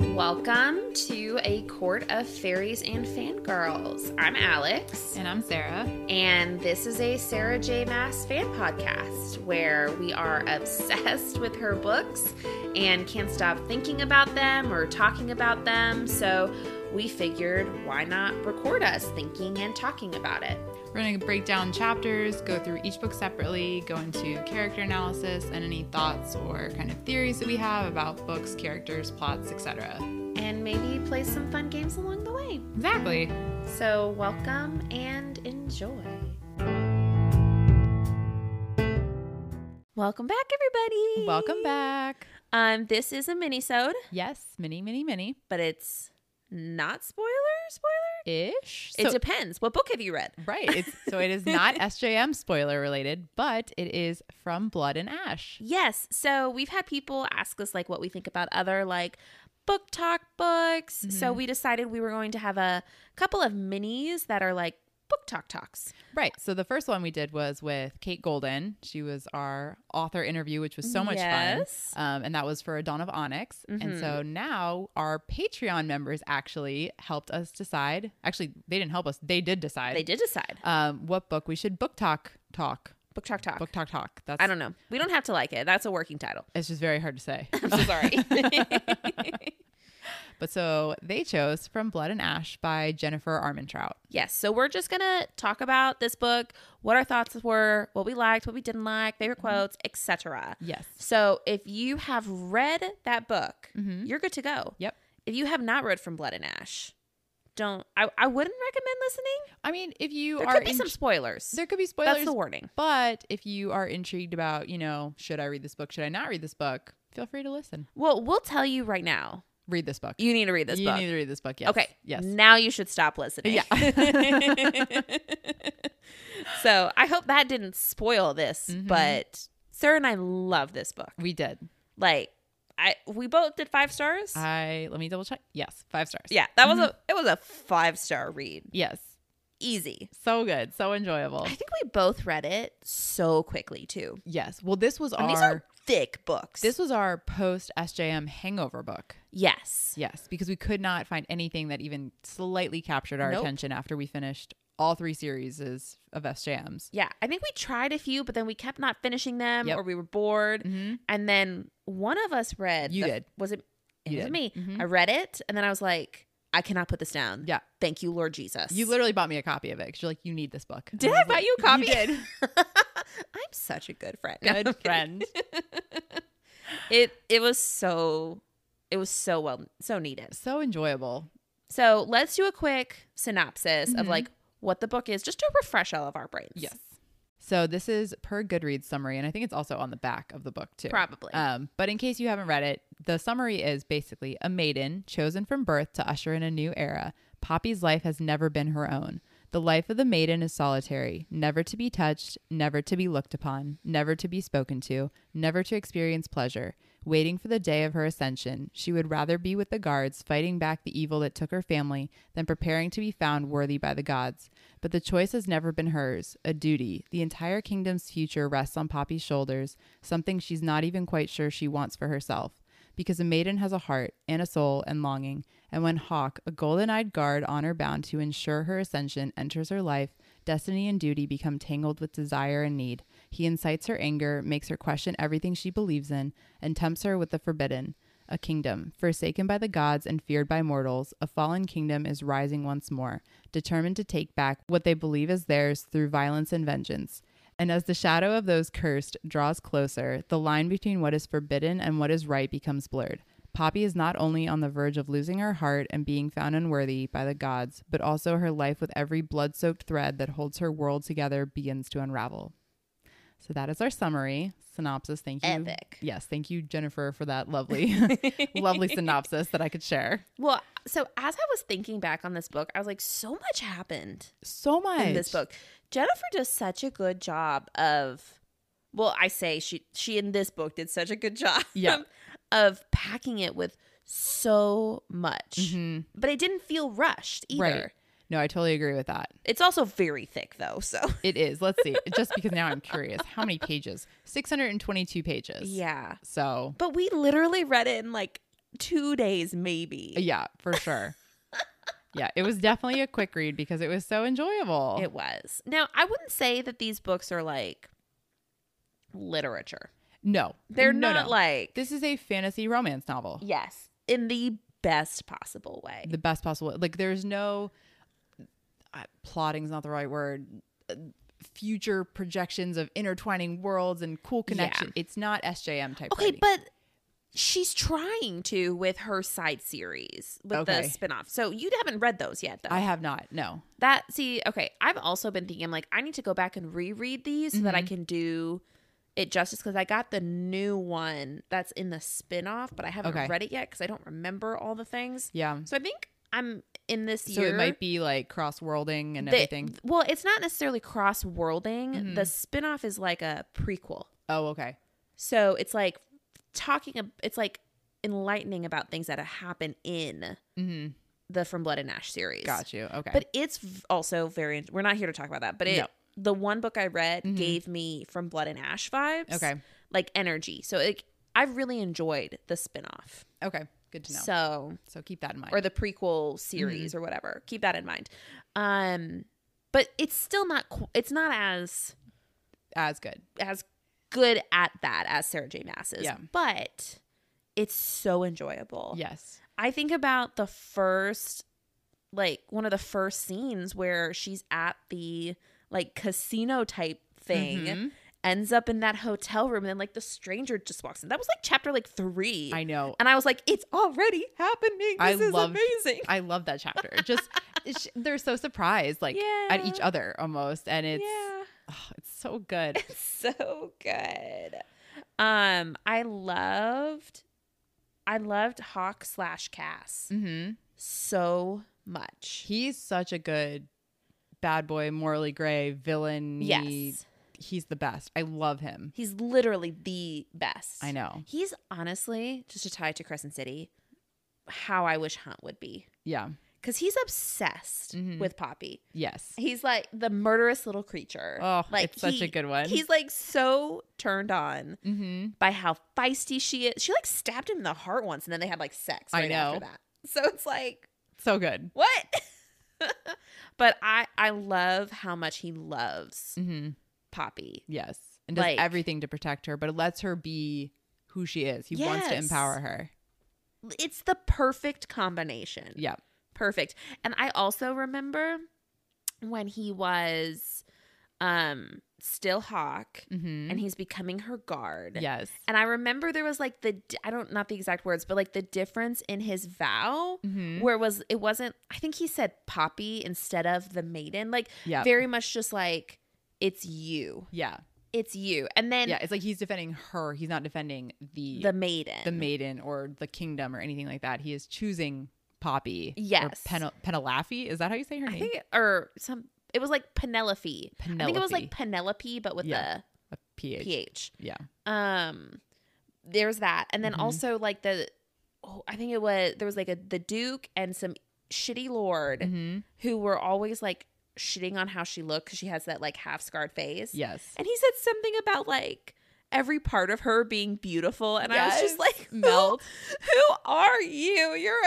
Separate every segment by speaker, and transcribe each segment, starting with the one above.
Speaker 1: Welcome to a court of fairies and fangirls. I'm Alex,
Speaker 2: And I'm Sarah.
Speaker 1: and this is a Sarah J. Mass fan podcast where we are obsessed with her books and can't stop thinking about them or talking about them. So we figured why not record us thinking and talking about it?
Speaker 2: We're going to break down chapters, go through each book separately, go into character analysis and any thoughts or kind of theories that we have about books, characters, plots, etc.
Speaker 1: And maybe play some fun games along the way.
Speaker 2: Exactly.
Speaker 1: So welcome and enjoy. Welcome back, everybody.
Speaker 2: Welcome back.
Speaker 1: Um, this is a minisode,
Speaker 2: Yes, mini, mini, mini
Speaker 1: but it's not spoiler. Spoiler.
Speaker 2: ish.
Speaker 1: it depends. What book have you read?
Speaker 2: right. It's, so it is not SJM spoiler related, but it is from Blood and Ash.
Speaker 1: Yes. So we've had people ask us like what we think about other like book talk books. So we decided we were going to have a couple of minis that are like book talk talks.
Speaker 2: Right. So the first one we did was with Kate Golden. She was our author interview, which was so much
Speaker 1: Yes. Mm-hmm.
Speaker 2: fun. Um, and that was for Dawn of Onyx. And so now our Patreon members actually helped us decide. Actually, they didn't help us. They did decide.
Speaker 1: They did decide
Speaker 2: Um, what book we should book talk talk
Speaker 1: book talk talk.
Speaker 2: book talk talk. That's
Speaker 1: I don't know. We don't have to like it. That's a working title.
Speaker 2: It's just very hard to say.
Speaker 1: I'm so sorry.
Speaker 2: but so they chose from Blood and Ash by Jennifer Armentrout.
Speaker 1: Yes. So we're just going to talk about this book, what our thoughts were, what we liked, what we didn't like, favorite
Speaker 2: Mm-hmm.
Speaker 1: quotes, etc.
Speaker 2: Yes.
Speaker 1: So if you have read that book,
Speaker 2: Mhm.
Speaker 1: you're good to go.
Speaker 2: Yep.
Speaker 1: If you have not read From Blood and Ash, don't I, I wouldn't recommend listening.
Speaker 2: I mean, if you
Speaker 1: There
Speaker 2: are
Speaker 1: could be
Speaker 2: in-
Speaker 1: some spoilers.
Speaker 2: there could be spoilers.
Speaker 1: That's the warning.
Speaker 2: But if you are intrigued about, you know, should I read this book? Should I not read this book? Feel free to listen.
Speaker 1: Well, we'll tell you right now.
Speaker 2: Read this book.
Speaker 1: You need to read this
Speaker 2: you
Speaker 1: book.
Speaker 2: need to read this book. Yes.
Speaker 1: Okay.
Speaker 2: Yes.
Speaker 1: Now you should stop listening.
Speaker 2: Yeah.
Speaker 1: so I hope that didn't spoil this,
Speaker 2: Mm-hmm.
Speaker 1: but Sarah and I love this book.
Speaker 2: we did.
Speaker 1: Like I we both did five stars.
Speaker 2: I let me double check. Yes, five stars.
Speaker 1: yeah, that was a
Speaker 2: mm-hmm.
Speaker 1: it was a five star read.
Speaker 2: Yes.
Speaker 1: Easy.
Speaker 2: So good. So enjoyable.
Speaker 1: I think we both read it so quickly too.
Speaker 2: Yes. Well, this was
Speaker 1: And these
Speaker 2: our
Speaker 1: are thick books.
Speaker 2: this was our post SJM hangover book.
Speaker 1: yes.
Speaker 2: Yes, because we could not find anything that even slightly captured our
Speaker 1: Nope.
Speaker 2: attention after we finished all three series of SJMs.
Speaker 1: Yeah, I think we tried a few, but then we kept not finishing them,
Speaker 2: Yep.
Speaker 1: or we were bored.
Speaker 2: Mm-hmm.
Speaker 1: And then one of us read.
Speaker 2: You
Speaker 1: the-
Speaker 2: did.
Speaker 1: Was it? It
Speaker 2: You
Speaker 1: was
Speaker 2: did.
Speaker 1: me.
Speaker 2: Mhm.
Speaker 1: I read it, and then I was like, I cannot put this down.
Speaker 2: Yeah.
Speaker 1: Thank you, Lord Jesus.
Speaker 2: You literally bought me a copy of it because you're like, you need this book. And
Speaker 1: did. I
Speaker 2: was
Speaker 1: buy
Speaker 2: like,
Speaker 1: you a copy.
Speaker 2: did.
Speaker 1: I'm such a good friend. No, I'm
Speaker 2: Good
Speaker 1: kidding.
Speaker 2: friend.
Speaker 1: It it was so it was so well so needed.
Speaker 2: so enjoyable.
Speaker 1: So let's do a quick synopsis of
Speaker 2: Mhm.
Speaker 1: like what the book is, just to refresh all of our brains.
Speaker 2: So this is per Goodreads summary, and I think it's also on the back of the book too.
Speaker 1: Probably.
Speaker 2: Um, but in case you haven't read it, the summary is basically a maiden chosen from birth to usher in a new era. Poppy's life has never been her own. The life of the maiden is solitary, never to be touched, never to be looked upon, never to be spoken to, never to experience pleasure. Waiting for the day of her ascension, she would rather be with the guards fighting back the evil that took her family than preparing to be found worthy by the gods. But the choice has never been hers, a duty. The entire kingdom's future rests on Poppy's shoulders, something she's not even quite sure she wants for herself. Because a maiden has a heart and a soul and longing, and when Hawk, a golden eyed guard honor bound to ensure her ascension, enters her life, destiny and duty become tangled with desire and need. He incites her anger, makes her question everything she believes in, and tempts her with the forbidden. A kingdom, forsaken by the gods and feared by mortals, a fallen kingdom is rising once more, determined to take back what they believe is theirs through violence and vengeance. And as the shadow of those cursed draws closer, the line between what is forbidden and what is right becomes blurred. Poppy is not only on the verge of losing her heart and being found unworthy by the gods, but also her life with every blood soaked thread that holds her world together begins to unravel. So that is our summary synopsis. Thank you.
Speaker 1: Epic.
Speaker 2: Yes, thank you, Jennifer, for that lovely, lovely synopsis that I could share.
Speaker 1: Well, so as I was thinking back on this book, I was like, so much happened
Speaker 2: So much
Speaker 1: in this book. Jennifer does such a good job of well, I say she she in this book did such a good job
Speaker 2: Yeah.
Speaker 1: of packing it with so much.
Speaker 2: Mhm.
Speaker 1: But it didn't feel rushed either.
Speaker 2: Right. No, I totally agree with that.
Speaker 1: It's also very thick though, so
Speaker 2: It is. Let's see. Just because now I'm curious, how many pages? 622 pages.
Speaker 1: yeah.
Speaker 2: So,
Speaker 1: But we literally read it in like 2 days maybe.
Speaker 2: yeah, for sure. yeah, it was definitely a quick read because it was so enjoyable.
Speaker 1: It was. Now, I wouldn't say that these books are like literature.
Speaker 2: no,
Speaker 1: They're
Speaker 2: No,
Speaker 1: not
Speaker 2: no.
Speaker 1: like
Speaker 2: This is a fantasy romance novel.
Speaker 1: yes, in the best possible way.
Speaker 2: The best possible. Like, there's no uh, plotting's not the right word. uh, Future projections of intertwining worlds and cool connection. It's not SJM type.
Speaker 1: Okay,
Speaker 2: writing.
Speaker 1: but she's trying to with her side series with
Speaker 2: Okay.
Speaker 1: the spin-off. So you haven't read those yet though.
Speaker 2: I have not. No.
Speaker 1: that see, okay, I've also been thinking I'm like I need to go back and reread these so that
Speaker 2: Mm-hmm.
Speaker 1: I can do it justice cuz I got the new one that's in the spin-off, but I haven't
Speaker 2: Okay.
Speaker 1: read it yet cuz I don't remember all the things.
Speaker 2: Yeah.
Speaker 1: So I think I'm in this
Speaker 2: So
Speaker 1: year
Speaker 2: it might be like cross worlding and
Speaker 1: the-
Speaker 2: everything. Mm-hmm.
Speaker 1: well, it's not necessarily cross worlding. The spin-off is like a prequel.
Speaker 2: Oh, okay.
Speaker 1: So it's like talking, ab- it's like enlightening about things that have happened in
Speaker 2: Mm-hmm.
Speaker 1: the From Blood and Ash series.
Speaker 2: Got you. Okay.
Speaker 1: But it's v- also very, we're not here to talk about that, but it,
Speaker 2: No. Mm-hmm.
Speaker 1: the one book I read gave me From Blood and Ash vibes.
Speaker 2: Okay.
Speaker 1: Like energy. So it, I really enjoyed the spin-off.
Speaker 2: okay. Good to know. Mm-hmm. So,
Speaker 1: So
Speaker 2: keep that in mind.
Speaker 1: or the prequel series or whatever. Keep that in mind. Um but it's still not qu- it's not as
Speaker 2: As good.
Speaker 1: as good at that as Sarah J Mass is.
Speaker 2: Yeah.
Speaker 1: But it's so enjoyable.
Speaker 2: Yes.
Speaker 1: I think about the first like one of the first scenes where she's at the like casino type thing.
Speaker 2: Mhm.
Speaker 1: Ends up in that hotel room, and then like the stranger just walks in. That was like chapter like three,
Speaker 2: I know.
Speaker 1: and I was like, "It's already happening. This
Speaker 2: I
Speaker 1: is
Speaker 2: loved-
Speaker 1: amazing."
Speaker 2: I love that chapter. Just sh- they're so surprised, like at each
Speaker 1: Yeah.
Speaker 2: other almost, and it's
Speaker 1: yeah.
Speaker 2: oh, it's so good.
Speaker 1: It's so good. Um, I loved, I loved Hawk slash Cass
Speaker 2: hmm
Speaker 1: so much.
Speaker 2: He's such a good bad boy, morally gray villain.
Speaker 1: yes,
Speaker 2: He's the best. I love him.
Speaker 1: he's literally the best.
Speaker 2: I know.
Speaker 1: He's honestly just to tie it to Crescent City. How I wish Hunt would be,
Speaker 2: Yeah.
Speaker 1: because he's obsessed
Speaker 2: Mhm.
Speaker 1: with Poppy.
Speaker 2: Yes.
Speaker 1: He's like the murderous little creature.
Speaker 2: Oh,
Speaker 1: like
Speaker 2: it's such a
Speaker 1: he-
Speaker 2: good one.
Speaker 1: He's like so turned on
Speaker 2: Mm-hmm.
Speaker 1: by how feisty she is. She like stabbed him in the heart once, and then they had like sex.
Speaker 2: I
Speaker 1: Right After
Speaker 2: know.
Speaker 1: that, so it's like
Speaker 2: So good.
Speaker 1: what? but I I love how much he loves
Speaker 2: Mm-hmm.
Speaker 1: Poppy.
Speaker 2: Yes. And does
Speaker 1: Like-
Speaker 2: everything to protect her, but it lets her be who she is. He wants to
Speaker 1: Yes.
Speaker 2: empower her.
Speaker 1: It's the perfect combination.
Speaker 2: Yeah.
Speaker 1: perfect. And I also remember when he was um still Hawk,
Speaker 2: Mm-hmm.
Speaker 1: and he's becoming her guard.
Speaker 2: yes.
Speaker 1: And I remember there was like the di- I don't not the exact words, but like the difference in his vow
Speaker 2: Mhm.
Speaker 1: where was it wasn't I think he said poppy instead of the maiden. Like
Speaker 2: Yeah.
Speaker 1: very much just like it's you.
Speaker 2: yeah.
Speaker 1: It's you. And then
Speaker 2: yeah. It's like he's defending her. He's not defending the
Speaker 1: the
Speaker 2: the,
Speaker 1: maiden.
Speaker 2: maiden or the kingdom or anything like that. He is choosing Poppy.
Speaker 1: Yes.
Speaker 2: Or Pen- Penelafy. Is that how you say her
Speaker 1: I
Speaker 2: name?
Speaker 1: think or some it was like Penelope. I think it was
Speaker 2: Penelope.
Speaker 1: like Penelope but with
Speaker 2: Yeah.
Speaker 1: the
Speaker 2: A PH.
Speaker 1: a ph.
Speaker 2: Yeah.
Speaker 1: Um there's that. And then
Speaker 2: Mhm.
Speaker 1: also like the oh, I think it was there was like a the duke and some shitty lord
Speaker 2: hmm
Speaker 1: who were always like shitting on how she looked because she has that like half scarred face.
Speaker 2: Yes.
Speaker 1: And he said something about like every part of her being beautiful. And I was
Speaker 2: Yes.
Speaker 1: just like, who,
Speaker 2: Melt.
Speaker 1: who are you? You're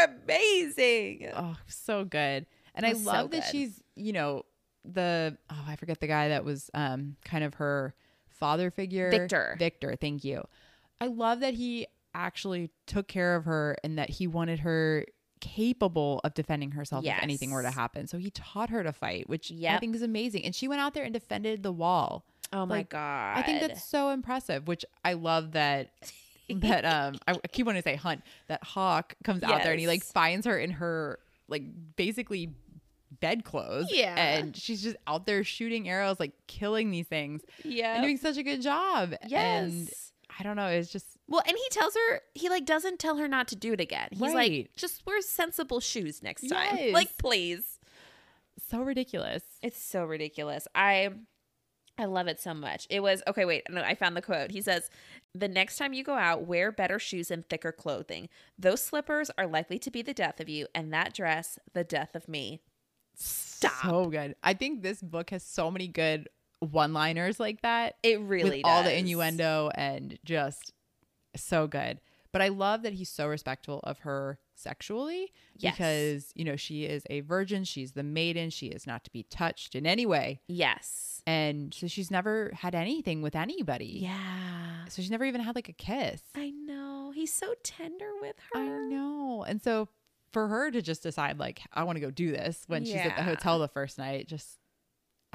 Speaker 1: amazing.
Speaker 2: Oh, so good. And I
Speaker 1: It was so
Speaker 2: love that
Speaker 1: good.
Speaker 2: she's, you know, the oh, I forget the guy that was um kind of her father figure.
Speaker 1: Victor.
Speaker 2: Victor, thank you. I love that he actually took care of her and that he wanted her capable of defending herself if anything were to
Speaker 1: Yes.
Speaker 2: happen. So he taught her to fight, which I
Speaker 1: Yep.
Speaker 2: think is amazing. And she went out there and defended the wall.
Speaker 1: Oh my
Speaker 2: Like,
Speaker 1: God.
Speaker 2: I think that's so impressive, which I love that that um I I keep wanting to say Hunt that Hawk comes out there and he like
Speaker 1: Yes.
Speaker 2: finds her in her like basically bedclothes.
Speaker 1: Yeah.
Speaker 2: And she's just out there shooting arrows, like killing these things
Speaker 1: Yeah.
Speaker 2: and doing such a good job. And
Speaker 1: yes.
Speaker 2: I don't know. It's just,
Speaker 1: Well, and he tells her he like doesn't tell her not to do it again. He's like,
Speaker 2: Right.
Speaker 1: just wear sensible shoes next time.
Speaker 2: Yes.
Speaker 1: Like, please.
Speaker 2: so ridiculous.
Speaker 1: It's so ridiculous. I I love it so much. It was okay, wait, no, I found the quote. He says, "The next time you go out, wear better shoes and thicker clothing. Those slippers are likely to be the death of you and that dress the death of me." Stop.
Speaker 2: So good. I think this book has so many good one-liners like that.
Speaker 1: it really
Speaker 2: with all the
Speaker 1: does.
Speaker 2: innuendo and just so good. But I love that he's so respectful of her sexually
Speaker 1: Yes.
Speaker 2: because, you know, she is a virgin, she's the maiden, she is not to be touched in any way.
Speaker 1: Yes.
Speaker 2: And so she's never had anything with anybody.
Speaker 1: Yeah.
Speaker 2: So she's never even had like a kiss.
Speaker 1: I know. He's so tender with her.
Speaker 2: I know. And so for her to just decide like I want to go do this when she's at the
Speaker 1: Yeah.
Speaker 2: hotel the first night, just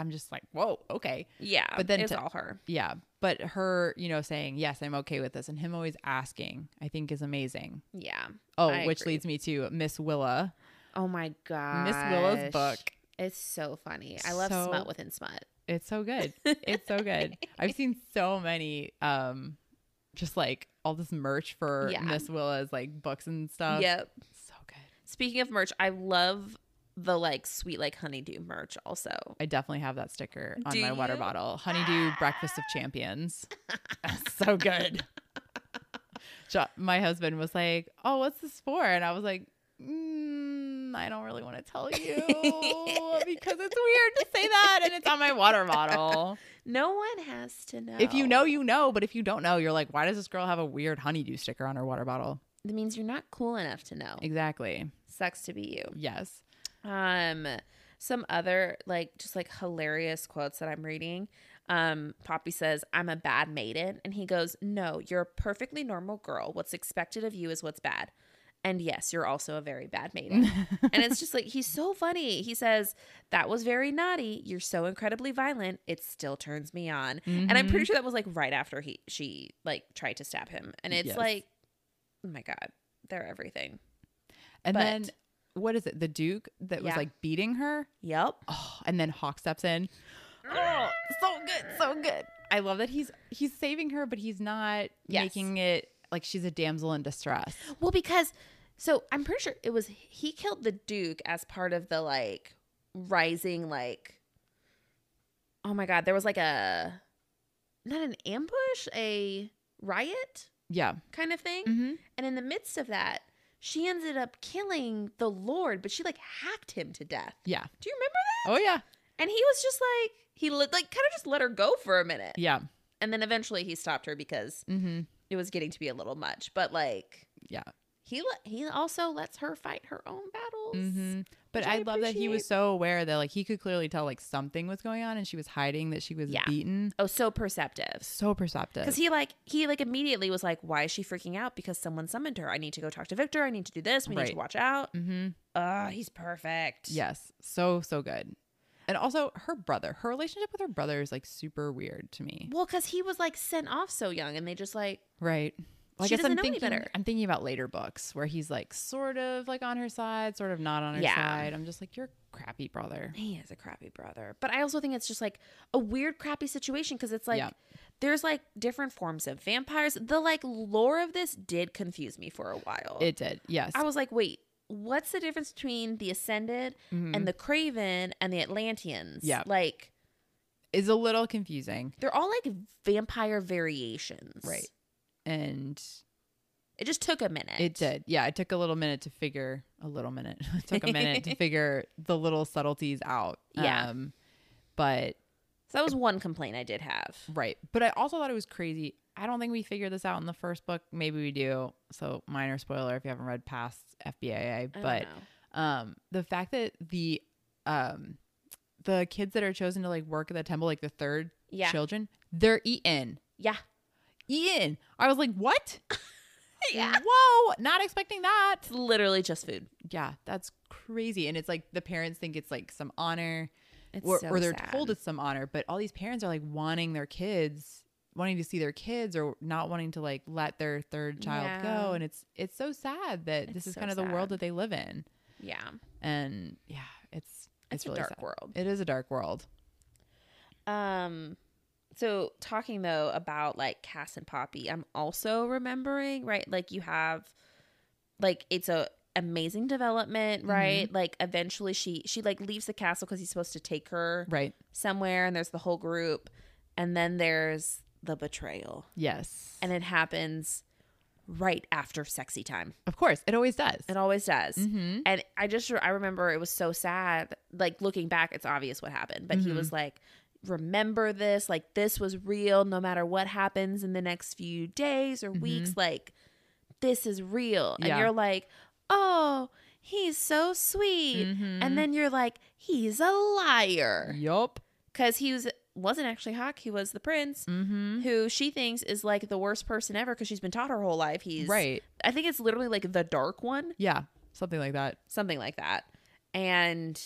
Speaker 2: I'm just like, "Whoa, okay."
Speaker 1: Yeah.
Speaker 2: But then
Speaker 1: it's
Speaker 2: to-
Speaker 1: all her.
Speaker 2: Yeah, but her, you know, saying, "Yes, I'm okay with this," and him always asking, I think is amazing.
Speaker 1: Yeah.
Speaker 2: Oh,
Speaker 1: I
Speaker 2: which
Speaker 1: agree. Ah,
Speaker 2: leads me to Miss Willa,
Speaker 1: Oh my god.
Speaker 2: Miss Willa's book.
Speaker 1: It's so funny. I love
Speaker 2: So-
Speaker 1: smut within smut.
Speaker 2: It's so good. It's so good. I've seen so many um just like all this merch for
Speaker 1: Yeah.
Speaker 2: Miss Willa's like books and stuff.
Speaker 1: yep.
Speaker 2: So good.
Speaker 1: Speaking of merch, I love the like sweet like honeydew merch also.
Speaker 2: I definitely have that sticker on
Speaker 1: Do
Speaker 2: my water
Speaker 1: you?
Speaker 2: bottle. Honeydew Breakfast of Champions. so good. Jo- My husband was like, "Oh, what's this for?" And I was like, mm, "I don't really want to tell you because it's weird to say that, and it's on my water bottle.
Speaker 1: No one has to know.
Speaker 2: If you know, you know. But if you don't know, you're like, why does this girl have a weird honeydew sticker on her water bottle?
Speaker 1: that means you're not cool enough to know.
Speaker 2: Exactly.
Speaker 1: Sucks to be you.
Speaker 2: Yes.
Speaker 1: Um some other like just like hilarious quotes that I'm reading. Um Poppy says, "I'm a bad maiden." And he goes, "No, you're a perfectly normal girl. What's expected of you is what's bad." And yes, you're also a very bad maiden. and it's just like he's so funny. He says, "That was very naughty. You're so incredibly violent. It still turns me on." And I'm
Speaker 2: Mhm.
Speaker 1: pretty sure that was like right after he she like tried to stab him. And it's
Speaker 2: Yes.
Speaker 1: like, "Oh my god, they're everything."
Speaker 2: And
Speaker 1: but-
Speaker 2: then what is it? The Duke that was
Speaker 1: Yeah.
Speaker 2: like beating her.
Speaker 1: Yep.
Speaker 2: Oh, and then Hawk steps in. Oh, so good, so good. I love that he's he's saving her, but he's not
Speaker 1: Yes.
Speaker 2: making it like she's a damsel in distress.
Speaker 1: Well, because so I'm pretty sure it was he killed the Duke as part of the like rising like oh my god, there was like a not an ambush, a riot
Speaker 2: Yeah.
Speaker 1: kind of thing.
Speaker 2: Mm-hmm.
Speaker 1: And in the midst of that, she ended up killing the Lord, but she like hacked him to death.
Speaker 2: Yeah.
Speaker 1: Do you remember that?
Speaker 2: Oh yeah.
Speaker 1: And he was just like he li- like kind of just let her go for a minute.
Speaker 2: Yeah.
Speaker 1: And then eventually he stopped her because
Speaker 2: Mm-hmm.
Speaker 1: it was getting to be a little much. But like
Speaker 2: Yeah.
Speaker 1: he le- he also lets her fight her own battles.
Speaker 2: Mm-hmm. But
Speaker 1: Which
Speaker 2: I,
Speaker 1: I
Speaker 2: love that he was
Speaker 1: appreciate.
Speaker 2: so aware that like he could clearly tell like something was going on and she was hiding that she was
Speaker 1: Yeah.
Speaker 2: beaten.
Speaker 1: Oh, so perceptive.
Speaker 2: So perceptive.
Speaker 1: Because he like he like immediately was like, "Why is she freaking out? Because someone summoned her. I need to go talk to Victor. I need to do this. We need
Speaker 2: Right.
Speaker 1: to watch out."
Speaker 2: mm-hmm.
Speaker 1: Ah, he's perfect.
Speaker 2: Yes. So so good. And also her brother. Her relationship with her brother is like super weird to me.
Speaker 1: Well, because he was like sent off so young, and they just like
Speaker 2: Right. Well,
Speaker 1: She
Speaker 2: I'm
Speaker 1: doesn't know any
Speaker 2: thinking,
Speaker 1: better.
Speaker 2: I'm thinking about later books where he's like sort of like on her side, sort of not on her
Speaker 1: Yeah.
Speaker 2: side. I'm just like, you're a crappy brother.
Speaker 1: he is a crappy brother. But I also think it's just like a weird crappy situation because it's like
Speaker 2: Yeah.
Speaker 1: there's like different forms of vampires. The like lore of this did confuse me for a while.
Speaker 2: It did. Yes.
Speaker 1: I was like, wait, what's the difference between the Ascended
Speaker 2: Mm-hmm.
Speaker 1: and the Craven and the Atlanteans?
Speaker 2: Yeah.
Speaker 1: Like,
Speaker 2: Is a little confusing.
Speaker 1: they're all like vampire variations.
Speaker 2: Right. And
Speaker 1: It just took a minute.
Speaker 2: it did. Yeah. It took a little minute to figure, a little minute. it took a minute to figure the little subtleties out.
Speaker 1: Yeah.
Speaker 2: Um, but
Speaker 1: So that was one complaint I did have.
Speaker 2: Right. But I also thought it was crazy. I don't think we figured this out in the first book. Maybe we do. So minor spoiler if you haven't read past FBAA.
Speaker 1: don't
Speaker 2: But
Speaker 1: know.
Speaker 2: um the fact that the um the kids that are chosen to like work at the temple, like the third
Speaker 1: Yeah.
Speaker 2: children, they're eaten.
Speaker 1: Yeah.
Speaker 2: Eaten. I was like, what?
Speaker 1: Yeah.
Speaker 2: Whoa, not expecting that.
Speaker 1: It's literally just food.
Speaker 2: Yeah, that's crazy. And it's like the parents think it's like some honor
Speaker 1: It's
Speaker 2: or,
Speaker 1: so
Speaker 2: or they're
Speaker 1: sad.
Speaker 2: told it's some honor, but all these parents are like wanting their kids, wanting to see their kids, or not wanting to like let their third child
Speaker 1: Yeah.
Speaker 2: go, and it's it's so sad that this
Speaker 1: It's
Speaker 2: is
Speaker 1: so
Speaker 2: kind of the
Speaker 1: sad.
Speaker 2: world that they live in,
Speaker 1: Yeah.
Speaker 2: and yeah, it's
Speaker 1: It's a dark world.
Speaker 2: It is a dark world.
Speaker 1: Um, so talking though about like Cass and Poppy, I'm also remembering right, like you have, like it's a amazing development, right? Like eventually she she like leaves the castle because he's supposed to take her
Speaker 2: Right.
Speaker 1: somewhere, and there's the whole group, and then there's the betrayal,
Speaker 2: Yes.
Speaker 1: and it happens right after sexy time.
Speaker 2: of course, it always does.
Speaker 1: It always does.
Speaker 2: Mhm.
Speaker 1: And I just I remember it was so sad. Like looking back, it's obvious what happened, but he
Speaker 2: Mm-hmm.
Speaker 1: was like, "Remember this. Like this was real. No matter what happens in the next few days or weeks, like this is real." And
Speaker 2: Mm-hmm. Yeah.
Speaker 1: you're like, "Oh." He's so sweet.
Speaker 2: Mm-hmm.
Speaker 1: And then you're like, he's a liar.
Speaker 2: Yup.
Speaker 1: Because he was, wasn't actually Hawk. He was the prince
Speaker 2: Mm-hmm.
Speaker 1: who she thinks is like the worst person ever because she's been taught her whole life. He's,
Speaker 2: Right.
Speaker 1: I think it's literally like the dark one
Speaker 2: Yeah. Something like that.
Speaker 1: something like that. And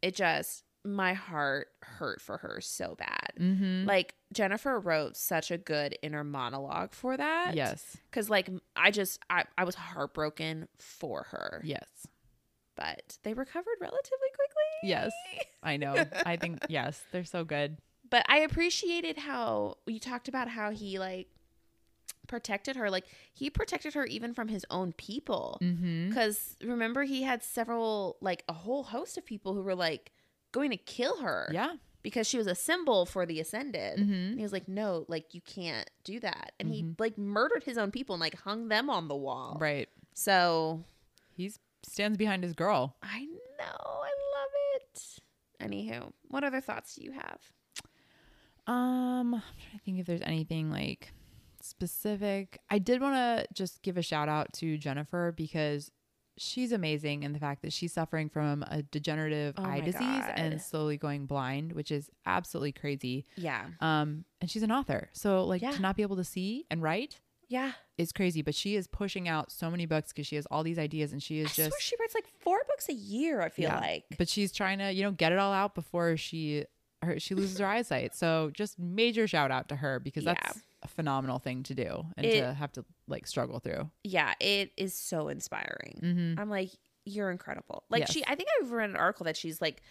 Speaker 1: it just, my heart hurt for her so bad.
Speaker 2: Mm-hmm.
Speaker 1: Like, Jennifer wrote such a good inner monologue for that.
Speaker 2: Yes.
Speaker 1: Cause, like, I just, I, I was heartbroken for her.
Speaker 2: Yes.
Speaker 1: But they recovered relatively quickly.
Speaker 2: Yes. I know. I think yes. They're so good.
Speaker 1: But I appreciated how you talked about how he, like, protected her. Like, he protected her even from his own people.
Speaker 2: Mm-hmm.
Speaker 1: Because remember, he had several, like, a whole host of people who were, like, going to kill her.
Speaker 2: Yeah.
Speaker 1: because she was a symbol for the ascended.
Speaker 2: Mm-hmm.
Speaker 1: And he was like, "No, like you can't do that." And he like murdered his own people and like hung them on the wall.
Speaker 2: Right.
Speaker 1: So
Speaker 2: He stands behind his girl.
Speaker 1: I know, I love it. Anywho, what other thoughts do you have?
Speaker 2: Um, I'm trying to think if there's anything like specific. I did want to just give a shout out to Jennifer because she's amazing and the fact that she's suffering from a degenerative
Speaker 1: Oh
Speaker 2: eye
Speaker 1: my
Speaker 2: disease and
Speaker 1: God.
Speaker 2: slowly going blind, which is absolutely crazy.
Speaker 1: Yeah,
Speaker 2: Um, and she's an author. So like
Speaker 1: Yeah.
Speaker 2: to not be able to see and write
Speaker 1: yeah.
Speaker 2: is crazy, but she is pushing out so many books because she has all these ideas and she is
Speaker 1: I swear
Speaker 2: just
Speaker 1: she writes like four books a year. I feel
Speaker 2: Yeah.
Speaker 1: like.
Speaker 2: but she's trying to you know get it all out before she her, she loses her eyesight so just major shout out to her because
Speaker 1: Yeah.
Speaker 2: that's a phenomenal thing to do and
Speaker 1: It-
Speaker 2: to have to like struggle through
Speaker 1: yeah, it is so inspiring.
Speaker 2: mm-hmm.
Speaker 1: I'm like, you're incredible. Like
Speaker 2: Yes.
Speaker 1: she, I think I read an article that she's like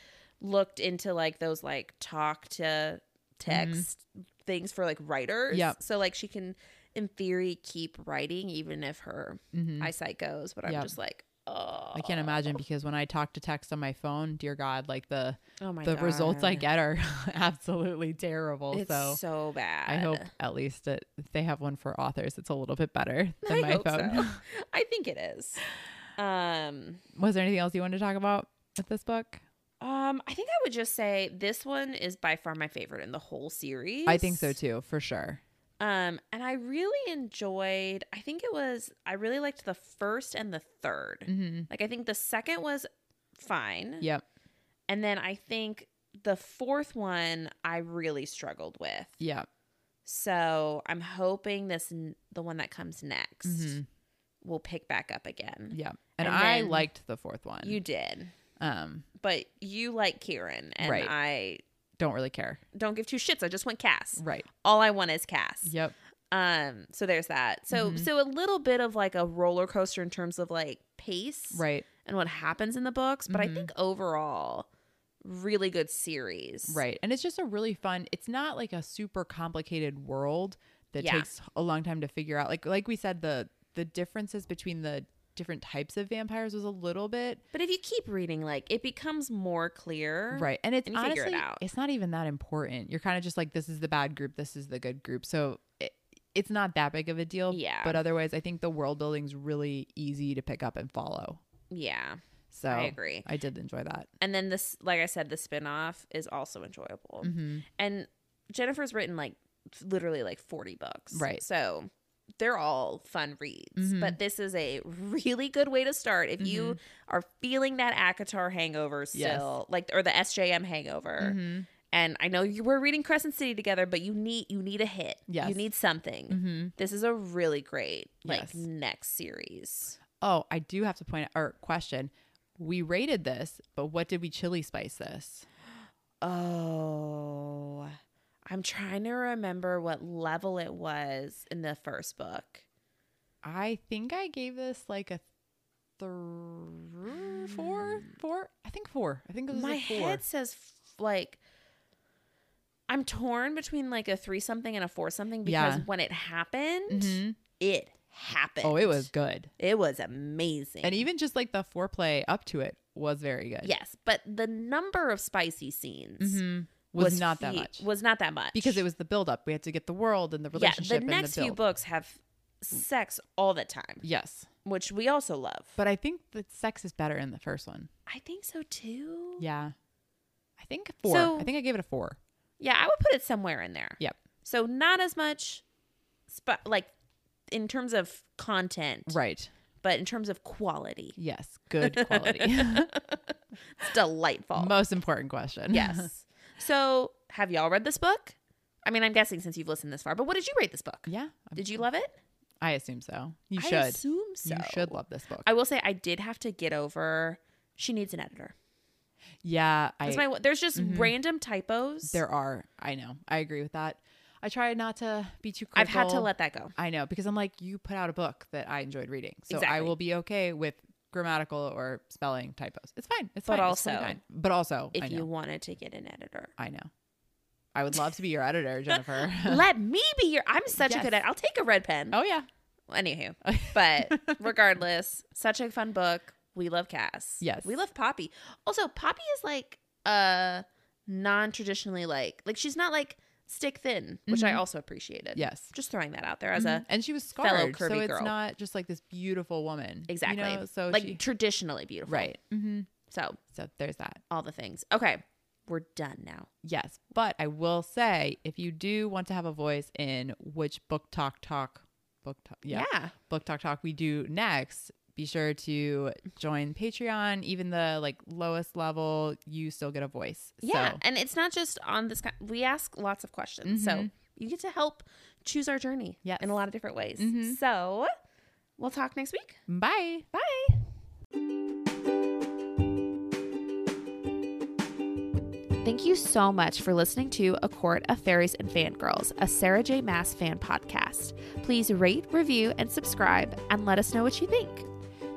Speaker 1: looked into like those like talk to text things for like writers.
Speaker 2: Mm-hmm. Yep.
Speaker 1: So like she can, in theory, keep writing even if her
Speaker 2: Mm-hmm. I,
Speaker 1: eyesight goes. But I'm
Speaker 2: Yep.
Speaker 1: just like, oh,
Speaker 2: can't imagine because when i talk to text on my phone dear god like the
Speaker 1: Oh my
Speaker 2: the results i
Speaker 1: God.
Speaker 2: get are absolutely terrible
Speaker 1: It's
Speaker 2: so
Speaker 1: so, bad.
Speaker 2: i hope at least that if they have one for authors it's a little bit better than
Speaker 1: I
Speaker 2: my
Speaker 1: hope
Speaker 2: phone
Speaker 1: so. I think it is. Um,
Speaker 2: was there anything else you wanted to talk about with this book
Speaker 1: um, I think I would just say this one is by far my favorite in the whole series.
Speaker 2: i think so too for sure
Speaker 1: Um, and I really enjoyed. I think it was. I really liked the first and the 3rd
Speaker 2: mm-hmm.
Speaker 1: Like I think the second was fine,
Speaker 2: yep
Speaker 1: and then I think the fourth one I really struggled with.
Speaker 2: yep
Speaker 1: So I'm hoping this n- the one that comes next
Speaker 2: Mhm.
Speaker 1: will pick back up again.
Speaker 2: Yeah. And,
Speaker 1: And
Speaker 2: I
Speaker 1: then
Speaker 2: liked the fourth one.
Speaker 1: You did,
Speaker 2: um
Speaker 1: but you like Kieran, and
Speaker 2: Right.
Speaker 1: I
Speaker 2: don't really care.
Speaker 1: don't give two shits. I just want Cass.
Speaker 2: Right.
Speaker 1: All I want is Cass.
Speaker 2: Yep.
Speaker 1: Um, so there's that. So
Speaker 2: Mhm.
Speaker 1: so a little bit of like a roller coaster in terms of like pace
Speaker 2: Right.
Speaker 1: and what happens in the books, but
Speaker 2: Mhm.
Speaker 1: I think overall really good series.
Speaker 2: Right. And it's just a really fun. It's not like a super complicated world that
Speaker 1: Yeah.
Speaker 2: takes a long time to figure out. Like like we said the the differences between the different types of vampires was a little bit
Speaker 1: But if you keep reading, like it becomes more clear.
Speaker 2: right and it's
Speaker 1: And you
Speaker 2: honestly
Speaker 1: figure it out.
Speaker 2: it's not even that important you're kind of just like this is the bad group this is the good group so it, it's not that big of a deal
Speaker 1: Yeah.
Speaker 2: but otherwise i think the world building's really easy to pick up and follow
Speaker 1: Yeah.
Speaker 2: so
Speaker 1: I agree.
Speaker 2: i did enjoy that
Speaker 1: And then this like I said, the spin off is also enjoyable.
Speaker 2: mm-hmm.
Speaker 1: And Jennifer's written like f- literally like forty books.
Speaker 2: Right.
Speaker 1: So they're all fun reads,
Speaker 2: Mhm.
Speaker 1: but this is a really good way to start. If you are feeling that ACOTAR hangover still,
Speaker 2: Mm-hmm. Yes.
Speaker 1: like or the SJM hangover,
Speaker 2: Mhm.
Speaker 1: and I know you were reading Crescent City together, but you need you need a hit.
Speaker 2: Yes.
Speaker 1: You need something.
Speaker 2: Mm-hmm.
Speaker 1: This is a really great like
Speaker 2: Yes.
Speaker 1: next series.
Speaker 2: Oh, I do have to point out or question. We rated this, but what did we chili spice this?
Speaker 1: Oh. I'm trying to remember what level it was in the first book.
Speaker 2: I think I gave this like a three, four, four. I think four. I think it was
Speaker 1: Mm. My
Speaker 2: like four.
Speaker 1: head says f- like I'm torn between like a three something and a four something because
Speaker 2: Yeah.
Speaker 1: when it happened,
Speaker 2: Mhm.
Speaker 1: it happened.
Speaker 2: Oh, it was good.
Speaker 1: It was amazing.
Speaker 2: And even just like the foreplay up to it was very good.
Speaker 1: yes, but the number of spicy scenes
Speaker 2: Mhm. Was, not that
Speaker 1: fe-
Speaker 2: much.
Speaker 1: Was not that much
Speaker 2: because it was the build up. We had to get the world and the relationship
Speaker 1: Yeah, the
Speaker 2: and
Speaker 1: next
Speaker 2: the build.
Speaker 1: few books have sex all the time,
Speaker 2: yes.
Speaker 1: which we also love.
Speaker 2: But I think that sex is better in the first one.
Speaker 1: I think so too.
Speaker 2: Yeah. I think four.
Speaker 1: So-
Speaker 2: I think I gave it a four.
Speaker 1: Yeah, I would put it somewhere in there.
Speaker 2: Yep.
Speaker 1: So not as much, sp- like in terms of content,
Speaker 2: Right.
Speaker 1: but in terms of quality,
Speaker 2: Yes. Good quality.
Speaker 1: it's delightful.
Speaker 2: Most important question.
Speaker 1: yes. So have y'all read this book? I mean, I'm guessing since you've listened this far, but what did you rate this book?
Speaker 2: yeah.
Speaker 1: Did you love it?
Speaker 2: I assume so. You
Speaker 1: I
Speaker 2: should.
Speaker 1: assume so.
Speaker 2: You should love this book.
Speaker 1: I will say I did have to get over. She needs an editor.
Speaker 2: yeah. I, Mm-hmm.
Speaker 1: That's my. There's just random typos.
Speaker 2: there are. I know. I agree with that. I try not to be too critical.
Speaker 1: I've had to let that go.
Speaker 2: I know because I'm like you put out a book that I enjoyed reading, so I
Speaker 1: Exactly.
Speaker 2: will be okay with grammatical or spelling typos. It's fine. It's
Speaker 1: But
Speaker 2: fine. It's totally
Speaker 1: also,
Speaker 2: fine. but also, I
Speaker 1: If
Speaker 2: know.
Speaker 1: you wanted to get an editor,
Speaker 2: I know. I would love to be your editor, Jennifer.
Speaker 1: let me be your. I'm such a
Speaker 2: Yes.
Speaker 1: good. Ed- I'll take a red pen.
Speaker 2: oh yeah.
Speaker 1: Anywho, but regardless, such a fun book. We love Cass.
Speaker 2: Yes.
Speaker 1: we love Poppy. Also, Poppy is like uh non-traditionally like like she's not like stick thin, which
Speaker 2: Mm-hmm.
Speaker 1: I also appreciated.
Speaker 2: Yes.
Speaker 1: just throwing that out there as a
Speaker 2: Mm-hmm. and she was
Speaker 1: fellow
Speaker 2: scarred, so
Speaker 1: curvy
Speaker 2: it's
Speaker 1: girl.
Speaker 2: not just like this beautiful woman. you
Speaker 1: exactly
Speaker 2: know? So
Speaker 1: like
Speaker 2: she-
Speaker 1: traditionally beautiful.
Speaker 2: right. hmm
Speaker 1: So
Speaker 2: So there's that.
Speaker 1: all the things. Okay, we're done now.
Speaker 2: Yes, but I will say if you do want to have a voice in which book talk talk book talk yeah,
Speaker 1: Yeah.
Speaker 2: book talk talk we do next, be sure to join Patreon. Even the like lowest level, you still get a voice.
Speaker 1: Yeah,
Speaker 2: So,
Speaker 1: and it's not just on this. ki- We ask lots of questions, so you get to help choose our journey
Speaker 2: Mm-hmm. Yes. Mm-hmm.
Speaker 1: in a lot of different ways. So we'll talk next week.
Speaker 2: bye.
Speaker 1: Bye. Thank you so much for listening to A Court of Fairies and Fangirls, a Sarah J. Mass fan podcast. Please rate, review, and subscribe, and let us know what you think.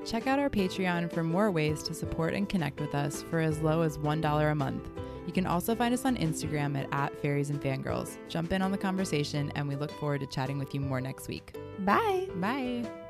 Speaker 2: Check out our Patreon for more ways to support and connect with us for as low as $1 a month. You can also find us on Instagram at, at fairies and fangirls. Jump in on the conversation, and we look forward to chatting with you more next week.
Speaker 1: Bye.
Speaker 2: Bye.